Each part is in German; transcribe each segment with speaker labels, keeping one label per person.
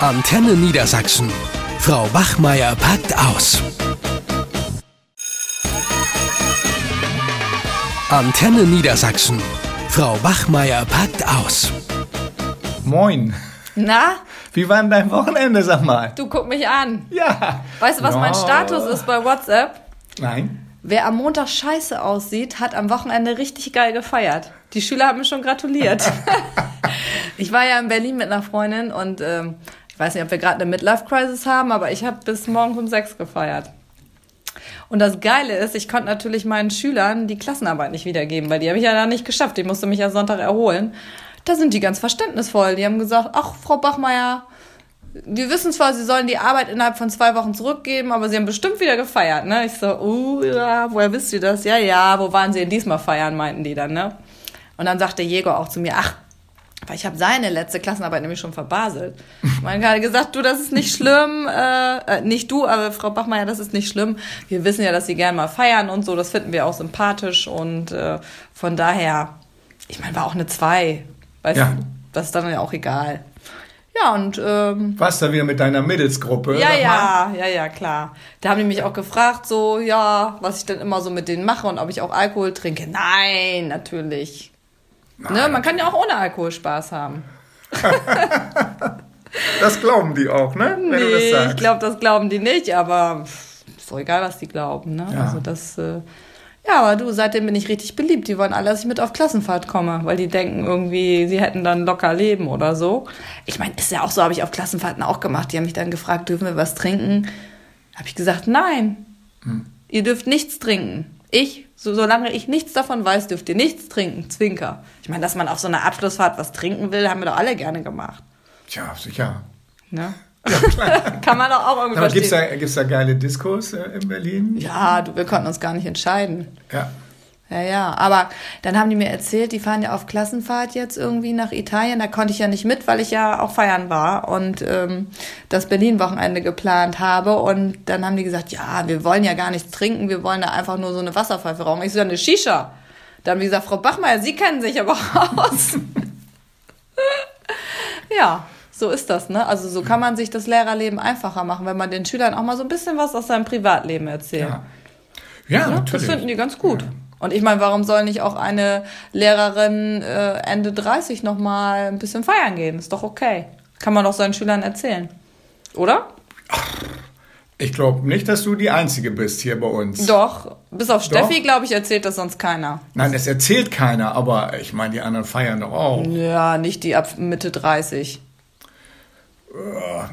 Speaker 1: Antenne Niedersachsen. Frau Wachmeier packt aus. Antenne Niedersachsen. Frau Wachmeier packt aus.
Speaker 2: Moin.
Speaker 3: Na,
Speaker 2: Wie war denn dein Wochenende, sag mal?
Speaker 3: du guck mich an.
Speaker 2: Ja.
Speaker 3: Weißt du, was mein
Speaker 2: Ja.
Speaker 3: Status ist bei WhatsApp?
Speaker 2: Nein.
Speaker 3: Wer am Montag scheiße aussieht, hat am Wochenende richtig geil gefeiert. Die Schüler haben mir schon gratuliert. ich war ja in Berlin mit einer Freundin und ähm, ich weiß nicht, ob wir gerade eine Midlife-Crisis haben, aber ich habe bis morgens um sechs gefeiert. Und das Geile ist, ich konnte natürlich meinen Schülern die Klassenarbeit nicht wiedergeben, weil die habe ich ja da nicht geschafft. Ich musste mich ja Sonntag erholen. Da sind die ganz verständnisvoll. Die haben gesagt, ach, Frau Bachmeier, wir wissen zwar, sie sollen die Arbeit innerhalb von zwei Wochen zurückgeben, aber sie haben bestimmt wieder gefeiert, ne? Ich so, uh, ja, woher wisst ihr das? Ja, ja, wo waren sie denn diesmal feiern, meinten die dann, ne? Und dann sagte Jäger auch zu mir, ach, weil ich habe seine letzte Klassenarbeit nämlich schon verbaselt. Man hat gesagt, du, das ist nicht schlimm, äh, äh, nicht du, aber Frau Bachmeier, das ist nicht schlimm. Wir wissen ja, dass sie gern mal feiern und so, das finden wir auch sympathisch und äh, von daher, ich meine, war auch eine Zwei, weißt
Speaker 2: Ja.
Speaker 3: du, das ist dann ja auch egal. Ja, und ähm,
Speaker 2: Was da wieder mit deiner Mädelsgruppe?
Speaker 3: ja,
Speaker 2: sag mal.
Speaker 3: ja, ja, ja, klar. Da haben die mich auch gefragt, so, ja, was ich denn immer so mit denen mache und ob ich auch Alkohol trinke. Nein, natürlich. Ne, man kann ja auch ohne Alkohol Spaß haben.
Speaker 2: Das glauben die auch, ne? Wenn du das
Speaker 3: Nee,
Speaker 2: sagst.
Speaker 3: ich glaube, das glauben die nicht, aber pff, ist doch egal, was die glauben. Ne?
Speaker 2: Ja.
Speaker 3: Also das, äh, ja, aber du, seitdem bin ich richtig beliebt. Die wollen alle, dass ich mit auf Klassenfahrt komme, weil die denken irgendwie, sie hätten dann locker Leben oder so. Ich meine, ist ja auch so, habe ich auf Klassenfahrten auch gemacht. Die haben mich dann gefragt, dürfen wir was trinken? Habe ich gesagt, nein,
Speaker 2: Hm.
Speaker 3: ihr dürft nichts trinken. Ich, so, solange ich nichts davon weiß, dürft ihr nichts trinken. Zwinker. Ich meine, dass man auf so einer Abschlussfahrt was trinken will, haben wir doch alle gerne gemacht.
Speaker 2: Tja, sicher.
Speaker 3: Ne? Kann man doch auch irgendwie
Speaker 2: Aber gibt's
Speaker 3: verstehen.
Speaker 2: da, gibt's da geile Diskos äh, in Berlin?
Speaker 3: Ja, du, wir konnten uns gar nicht entscheiden.
Speaker 2: Ja.
Speaker 3: Ja, ja, aber dann haben die mir erzählt, die fahren ja auf Klassenfahrt jetzt irgendwie nach Italien. Da konnte ich ja nicht mit, weil ich ja auch feiern war und ähm, das Berlin-Wochenende geplant habe. Und dann haben die gesagt, ja, wir wollen ja gar nichts trinken, wir wollen da einfach nur so eine Wasserpfeife rauchen. Ich so, ja, eine Shisha. Dann haben die gesagt, Frau Bachmeier, Sie kennen sich aber aus. ja, so ist das, ne? Also so kann man sich das Lehrerleben einfacher machen, wenn man den Schülern auch mal so ein bisschen was aus seinem Privatleben erzählt.
Speaker 2: Ja, ja
Speaker 3: Ne? Das
Speaker 2: natürlich.
Speaker 3: finden die ganz gut. Und ich meine, warum soll nicht auch eine Lehrerin äh, Ende 30 nochmal ein bisschen feiern gehen? Ist doch okay. Kann man doch seinen Schülern erzählen. Oder?
Speaker 2: Ich glaube nicht, dass du die Einzige bist hier bei uns.
Speaker 3: Doch. Bis auf Steffi, glaube ich, erzählt das sonst keiner.
Speaker 2: Nein, das erzählt keiner, aber ich meine, die anderen feiern doch auch.
Speaker 3: Ja, nicht die ab Mitte 30.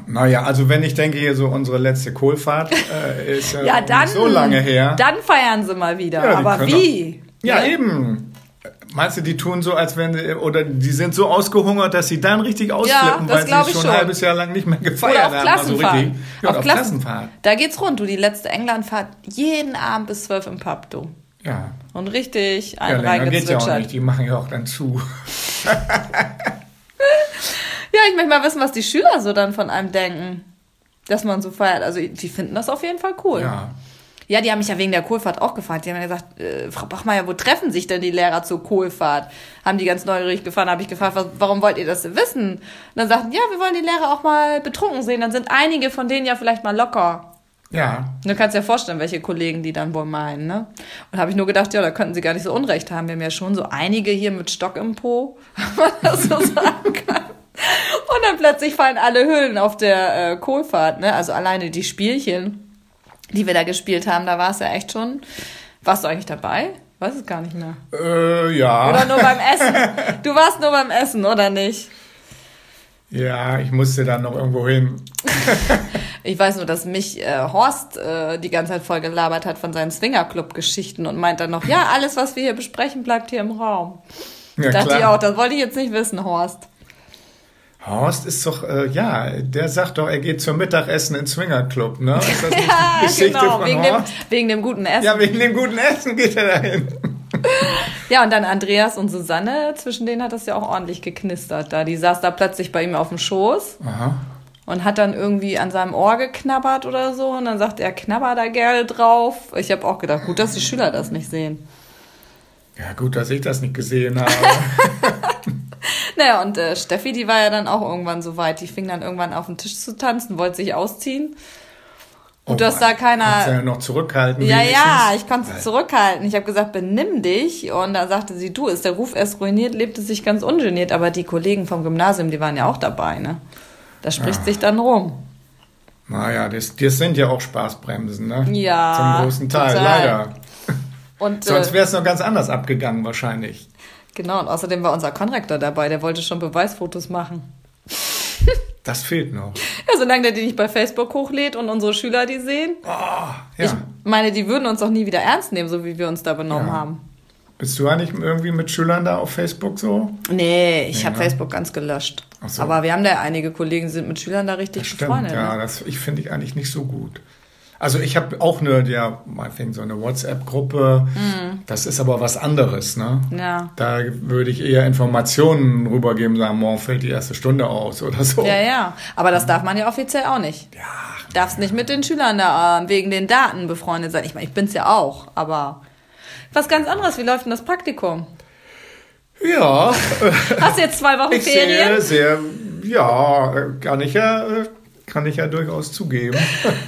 Speaker 2: Naja, also wenn ich denke, hier so unsere letzte Kohlfahrt äh, ist äh,
Speaker 3: Ja,
Speaker 2: auch
Speaker 3: dann.
Speaker 2: nicht so lange her.
Speaker 3: Dann feiern sie mal wieder.
Speaker 2: Ja, die
Speaker 3: Aber
Speaker 2: können
Speaker 3: wie?
Speaker 2: Ja,
Speaker 3: Ne?
Speaker 2: eben. Meinst du, die tun so, als wenn, oder die sind so ausgehungert, dass sie dann richtig ausflippen,
Speaker 3: das
Speaker 2: weil sie
Speaker 3: glaub ich
Speaker 2: schon
Speaker 3: schon.
Speaker 2: ein halbes Jahr lang nicht mehr
Speaker 3: Oder
Speaker 2: gefeiert
Speaker 3: auf
Speaker 2: haben? Also
Speaker 3: Klassenfahrt.
Speaker 2: richtig. Ja, auf, auf
Speaker 3: Klassen-
Speaker 2: Klassenfahrt.
Speaker 3: Da geht's rund, du. Die letzte Englandfahrt jeden Abend bis 12 im Pub, du.
Speaker 2: Ja.
Speaker 3: Und richtig
Speaker 2: Ja,
Speaker 3: einen
Speaker 2: länger geht's ja auch
Speaker 3: reingezwitschert.
Speaker 2: nicht. Die machen ja auch dann zu.
Speaker 3: Ja, ich möchte mal wissen, was die Schüler so dann von einem denken, dass man so feiert. Also die finden das auf jeden Fall cool.
Speaker 2: Ja.
Speaker 3: Ja, die haben mich ja wegen der Kohlfahrt auch gefragt. Die haben ja gesagt, äh, Frau Bachmeier, wo treffen sich denn die Lehrer zur Kohlfahrt? Haben die ganz neugierig gefahren, habe ich gefragt, was, warum wollt ihr das denn wissen? Und dann sagten, ja, wir wollen die Lehrer auch mal betrunken sehen. Dann sind einige von denen ja vielleicht mal locker.
Speaker 2: Ja.
Speaker 3: Du kannst dir vorstellen, welche Kollegen die dann wohl meinen, ne? Und habe ich nur gedacht, ja, da könnten sie gar nicht so Unrecht haben. Wir haben ja schon so einige hier mit Stock im Po, wenn man das so sagen kann. Und dann plötzlich fallen alle Hüllen auf der äh, Kohlfahrt, ne? Also alleine die Spielchen, die wir da gespielt haben, da war es ja echt schon. Warst du eigentlich dabei? Weiß es gar nicht mehr.
Speaker 2: Äh, ja.
Speaker 3: Oder nur beim Essen. Du warst nur beim Essen, oder nicht?
Speaker 2: ja, ich musste dann noch irgendwo hin.
Speaker 3: Ich weiß nur, dass mich äh, Horst äh, die ganze Zeit voll gelabert hat von seinen Swingerclub-Geschichten und meint dann noch, ja, alles, was wir hier besprechen, bleibt hier im Raum.
Speaker 2: Ja,
Speaker 3: Dachte ich
Speaker 2: klar.
Speaker 3: auch, das wollte ich jetzt nicht wissen, Horst.
Speaker 2: Horst ist doch, äh, ja, der sagt doch, er geht zum Mittagessen in Swingerclub, ne? Ist das nicht
Speaker 3: Ah,
Speaker 2: die Geschichte von
Speaker 3: wegen dem,
Speaker 2: Horst?
Speaker 3: wegen dem guten Essen. Ja.
Speaker 2: Ja, wegen dem guten Essen geht er dahin.
Speaker 3: und dann Andreas und Susanne, zwischen denen hat das ja auch ordentlich geknistert da. Die saß da plötzlich bei ihm auf dem Schoß
Speaker 2: Aha.
Speaker 3: und hat dann irgendwie an seinem Ohr geknabbert oder so. Und dann sagt er, knabber da gerne drauf. Ich habe auch gedacht, gut, dass die Schüler das nicht sehen.
Speaker 2: Ja, gut, dass ich das nicht gesehen habe.
Speaker 3: Naja, und äh, Steffi, die war ja dann auch irgendwann so weit. Die fing dann irgendwann auf den Tisch zu tanzen, wollte sich ausziehen. Und dass da keiner-
Speaker 2: Oh Kannst ja noch zurückhalten.
Speaker 3: Ja,
Speaker 2: wenigstens.
Speaker 3: ja, ich konnte
Speaker 2: Weil-
Speaker 3: es zurückhalten. Ich habe gesagt, benimm dich. Und da sagte sie, du, ist der Ruf erst ruiniert, lebte sich ganz ungeniert. Aber die Kollegen vom Gymnasium, die waren ja auch dabei, ne? Das spricht sich dann rum.
Speaker 2: Naja, das, das sind ja auch Spaßbremsen, ne?
Speaker 3: Ja,
Speaker 2: Zum großen Teil,
Speaker 3: total.
Speaker 2: leider.
Speaker 3: Und,
Speaker 2: Sonst
Speaker 3: äh,
Speaker 2: wäre es noch ganz anders abgegangen wahrscheinlich.
Speaker 3: genau, und außerdem war unser Konrektor dabei, der wollte schon Beweisfotos machen.
Speaker 2: Das fehlt noch.
Speaker 3: Ja, solange der die nicht bei Facebook hochlädt und unsere Schüler die sehen.
Speaker 2: Ah, Ja.
Speaker 3: Ich meine, die würden uns auch nie wieder ernst nehmen, so wie wir uns da benommen
Speaker 2: Ja.
Speaker 3: haben.
Speaker 2: Bist du eigentlich irgendwie mit Schülern da auf Facebook so?
Speaker 3: Nee, ich
Speaker 2: Nee,
Speaker 3: habe
Speaker 2: ne?
Speaker 3: Facebook ganz gelöscht.
Speaker 2: Ach so.
Speaker 3: Aber wir haben da einige Kollegen, sind mit Schülern da richtig
Speaker 2: Stimmt,
Speaker 3: befreundet.
Speaker 2: ja,
Speaker 3: ne?
Speaker 2: das ich finde ich eigentlich nicht so gut. Also ich habe auch eine, ja, man fängt so eine WhatsApp-Gruppe. Das ist aber was anderes, ne?
Speaker 3: Mhm. Ja.
Speaker 2: Da würde ich eher Informationen rübergeben, sagen, morgen fällt die erste Stunde aus oder so.
Speaker 3: Ja, ja. Aber das darf man ja offiziell auch nicht. Ja. Darfst nicht mit den Schülern da äh, wegen den Daten befreundet sein. Ich meine, ich bin's ja auch, aber was ganz anderes. Wie läuft denn das Praktikum?
Speaker 2: Ja, äh,
Speaker 3: Hast du jetzt zwei Wochen
Speaker 2: ich sehe
Speaker 3: Ferien?
Speaker 2: sehr, ja, kann ich ja, äh, kann ich ja durchaus zugeben.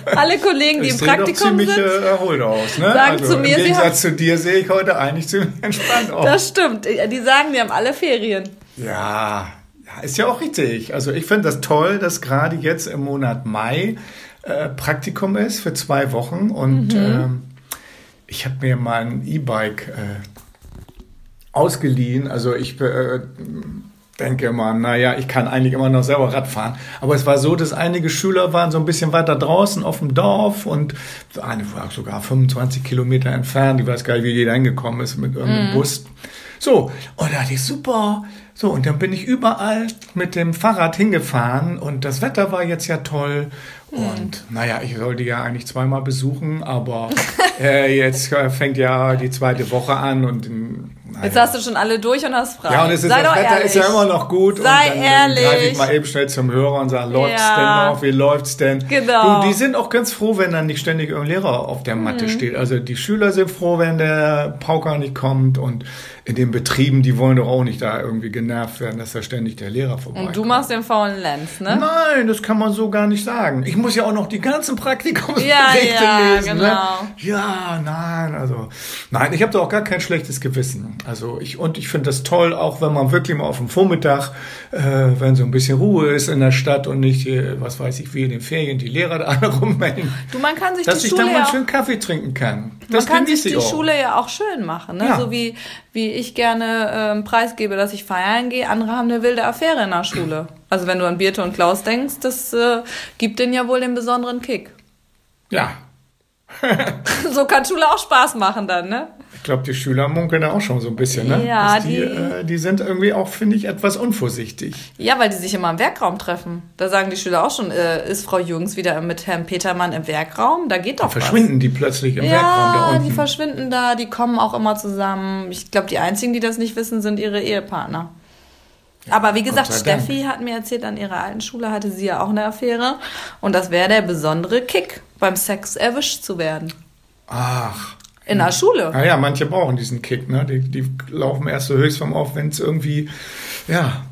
Speaker 3: Alle Kollegen, die
Speaker 2: Ich
Speaker 3: im
Speaker 2: sehe doch
Speaker 3: Praktikum
Speaker 2: ziemlich äh,
Speaker 3: sind.
Speaker 2: erholt aus, ne?
Speaker 3: Sagen zu mir,
Speaker 2: Im
Speaker 3: sie
Speaker 2: Gegensatz zu dir sehe ich heute eigentlich ziemlich entspannt aus.
Speaker 3: Das stimmt. Äh, Die sagen, die haben alle Ferien.
Speaker 2: Ja, ja, ist ja auch richtig. Also ich finde das toll, dass gerade jetzt im Monat Mai äh, Praktikum ist für zwei Wochen und ähm, ich habe mir mal ein E-Bike äh, ausgeliehen. Also ich äh, denke immer, naja, ich kann eigentlich immer noch selber Rad fahren. Aber es war so, dass einige Schüler waren so ein bisschen weiter draußen auf dem Dorf und eine war sogar 25 Kilometer entfernt. Ich weiß gar nicht, wie jeder hingekommen ist mit irgendeinem Bus. So, und da dachte ich, super. So, und dann bin ich überall mit dem Fahrrad hingefahren und das Wetter war jetzt ja toll. Und naja, ich sollte ja eigentlich zweimal besuchen, aber äh, jetzt äh, fängt ja die zweite Woche an und naja.
Speaker 3: Jetzt hast du schon alle durch und hast frei.
Speaker 2: Ja, und es ist,
Speaker 3: Sei
Speaker 2: das
Speaker 3: doch
Speaker 2: Wetter
Speaker 3: ehrlich.
Speaker 2: ist ja immer noch gut. und
Speaker 3: Sei
Speaker 2: dann, Dann greife
Speaker 3: ehrlich.
Speaker 2: ich mal eben schnell zum Hörer und sage, läuft's
Speaker 3: Ja.
Speaker 2: denn noch? Wie läuft's denn?
Speaker 3: Genau. Mhm.
Speaker 2: Du, die sind auch ganz froh, wenn dann nicht ständig irgendein Lehrer auf der Matte steht. Also die Schüler sind froh, wenn der Pauker nicht kommt. Und in den Betrieben, die wollen doch auch nicht da irgendwie genervt werden, dass da ständig der Lehrer vorbeikommt.
Speaker 3: Und du machst den faulen Lenz, ne?
Speaker 2: Nein, das kann man so gar nicht sagen. Ich muss ja auch noch die ganzen Praktikumsberichte
Speaker 3: Ja, ja,
Speaker 2: lesen. Ne?
Speaker 3: genau.
Speaker 2: Ja, nein, also nein, ich habe da auch gar kein schlechtes Gewissen. Also ich und ich finde das toll, auch wenn man wirklich mal auf dem Vormittag, äh, wenn so ein bisschen Ruhe ist in der Stadt und nicht, äh, was weiß ich, wie in den Ferien die Lehrer da alle rummelden,
Speaker 3: Du, man kann sich
Speaker 2: dass
Speaker 3: die
Speaker 2: ich da
Speaker 3: Schule
Speaker 2: mal
Speaker 3: ja
Speaker 2: einen
Speaker 3: auch
Speaker 2: schönen Kaffee trinken kann.
Speaker 3: Man
Speaker 2: Das
Speaker 3: kann sich
Speaker 2: genieße
Speaker 3: die
Speaker 2: ich auch.
Speaker 3: Schule ja auch schön machen, ne?
Speaker 2: Ja.
Speaker 3: so wie, wie ich gerne ähm, preisgebe, dass ich feiern gehe. Andere haben eine wilde Affäre in der Schule. Also wenn du an Birte und Klaus denkst, das äh, gibt denen ja wohl den besonderen Kick.
Speaker 2: Ja,
Speaker 3: so kann Schule auch Spaß machen dann, ne?
Speaker 2: ich glaube, die Schüler munkeln da auch schon so ein bisschen. Ne?
Speaker 3: Ja,
Speaker 2: Dass die,
Speaker 3: die-
Speaker 2: äh, die sind irgendwie auch, finde ich, etwas unvorsichtig.
Speaker 3: Ja, weil die sich immer im Werkraum treffen. Da sagen die Schüler auch schon, äh, ist Frau Jürgens wieder mit Herrn Petermann im Werkraum? Da geht doch was.
Speaker 2: Verschwinden die plötzlich im Werkraum da
Speaker 3: Ja,
Speaker 2: unten?
Speaker 3: die verschwinden da, die kommen auch immer zusammen. Ich glaube, die einzigen, die das nicht wissen, sind ihre Ehepartner. Aber wie gesagt,
Speaker 2: Gott sei Dank.
Speaker 3: Steffi hat mir erzählt, an ihrer alten Schule hatte sie ja auch eine Affäre. Und das wäre der besondere Kick, beim Sex erwischt zu werden.
Speaker 2: Ach.
Speaker 3: In der Schule.
Speaker 2: Naja, manche brauchen diesen Kick, ne? Die, die laufen erst so höchstform auf, wenn es irgendwie, ja,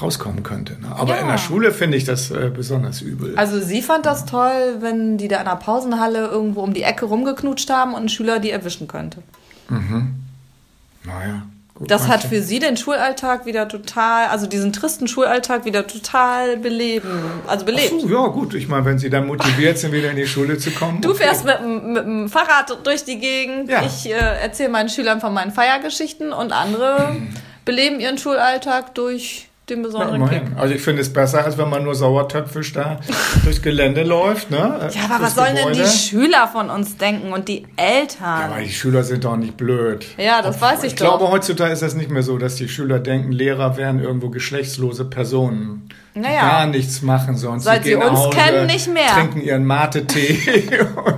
Speaker 2: rauskommen könnte. Ne? Aber
Speaker 3: Ja.
Speaker 2: in der Schule finde ich das äh, besonders übel.
Speaker 3: Also sie fand das toll, wenn die da in der Pausenhalle irgendwo um die Ecke rumgeknutscht haben und ein Schüler die erwischen könnte.
Speaker 2: naja. Gut,
Speaker 3: Das hat
Speaker 2: manche-
Speaker 3: für sie den Schulalltag wieder total, also diesen tristen Schulalltag wieder total beleben, also
Speaker 2: Ach
Speaker 3: belebt.
Speaker 2: so, ja, gut. Ich meine, wenn sie dann motiviert sind, wieder in die Schule zu kommen.
Speaker 3: Du
Speaker 2: okay.
Speaker 3: fährst mit, dem- mit dem Fahrrad durch die Gegend.
Speaker 2: Ja.
Speaker 3: Ich äh, erzähle meinen Schülern von meinen Feiergeschichten und andere beleben ihren Schulalltag durch den
Speaker 2: Ja,
Speaker 3: besonderen Kick.
Speaker 2: immerhin. also ich finde es besser, als wenn man nur sauertöpfisch da durchs Gelände läuft. Ne?
Speaker 3: Ja, aber
Speaker 2: Durchs
Speaker 3: was sollen denn die
Speaker 2: Gebäude.
Speaker 3: Schüler von uns denken und die
Speaker 2: Aber
Speaker 3: Eltern?
Speaker 2: die Schüler sind doch nicht blöd.
Speaker 3: Ja, das weiß ich
Speaker 2: Ich glaube,
Speaker 3: doch.
Speaker 2: heutzutage ist das nicht mehr so, dass die Schüler denken, Lehrer wären irgendwo geschlechtslose Personen. die
Speaker 3: Naja.
Speaker 2: Gar nichts machen sonst.
Speaker 3: Seit sie
Speaker 2: gehen
Speaker 3: uns
Speaker 2: nach Hause,
Speaker 3: kennen, nicht mehr.
Speaker 2: Trinken ihren Mate-Tee und,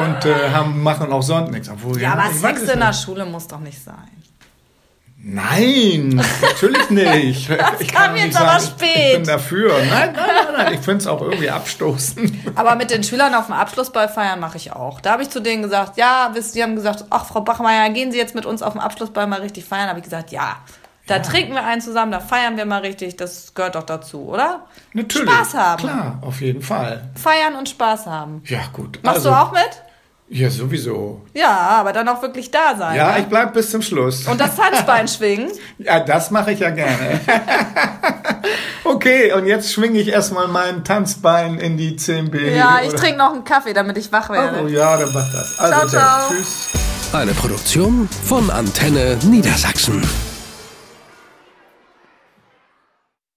Speaker 2: und äh, haben, machen auch sonst nichts. Obwohl,
Speaker 3: Ja, aber
Speaker 2: ich weiß
Speaker 3: Sex
Speaker 2: es
Speaker 3: in der
Speaker 2: nicht.
Speaker 3: Schule muss doch nicht sein.
Speaker 2: Nein, natürlich nicht. Das ich
Speaker 3: kam
Speaker 2: kann nicht
Speaker 3: jetzt aber
Speaker 2: sagen,
Speaker 3: spät.
Speaker 2: Ich bin dafür. Nein, nein, nein, nein. ich finde es auch irgendwie abstoßend.
Speaker 3: Aber mit den Schülern auf dem Abschlussball feiern mache ich auch. Da habe ich zu denen gesagt, ja, wisst, die haben gesagt, ach, Frau Bachmeier, gehen Sie jetzt mit uns auf dem Abschlussball mal richtig feiern? Habe ich gesagt, ja. Da trinken wir einen zusammen, da feiern wir mal richtig. Das gehört doch dazu, oder?
Speaker 2: Natürlich.
Speaker 3: Spaß haben.
Speaker 2: Klar, auf jeden Fall.
Speaker 3: Feiern und Spaß haben.
Speaker 2: Ja, gut.
Speaker 3: Machst
Speaker 2: also,
Speaker 3: du auch mit?
Speaker 2: Ja, sowieso.
Speaker 3: Ja, aber dann auch wirklich da sein.
Speaker 2: Ja,
Speaker 3: ne?
Speaker 2: ich bleib bis zum Schluss.
Speaker 3: und das Tanzbein schwingen.
Speaker 2: Ja, das mache ich ja gerne. okay, und jetzt schwinge ich erstmal mein Tanzbein in die 10B.
Speaker 3: Ja, ich
Speaker 2: oder-
Speaker 3: trinke noch einen Kaffee, damit ich wach werde.
Speaker 2: Oh ja, dann mach das. Also,
Speaker 3: Ciao, ciao.
Speaker 2: Tschüss.
Speaker 1: Eine Produktion von Antenne Niedersachsen.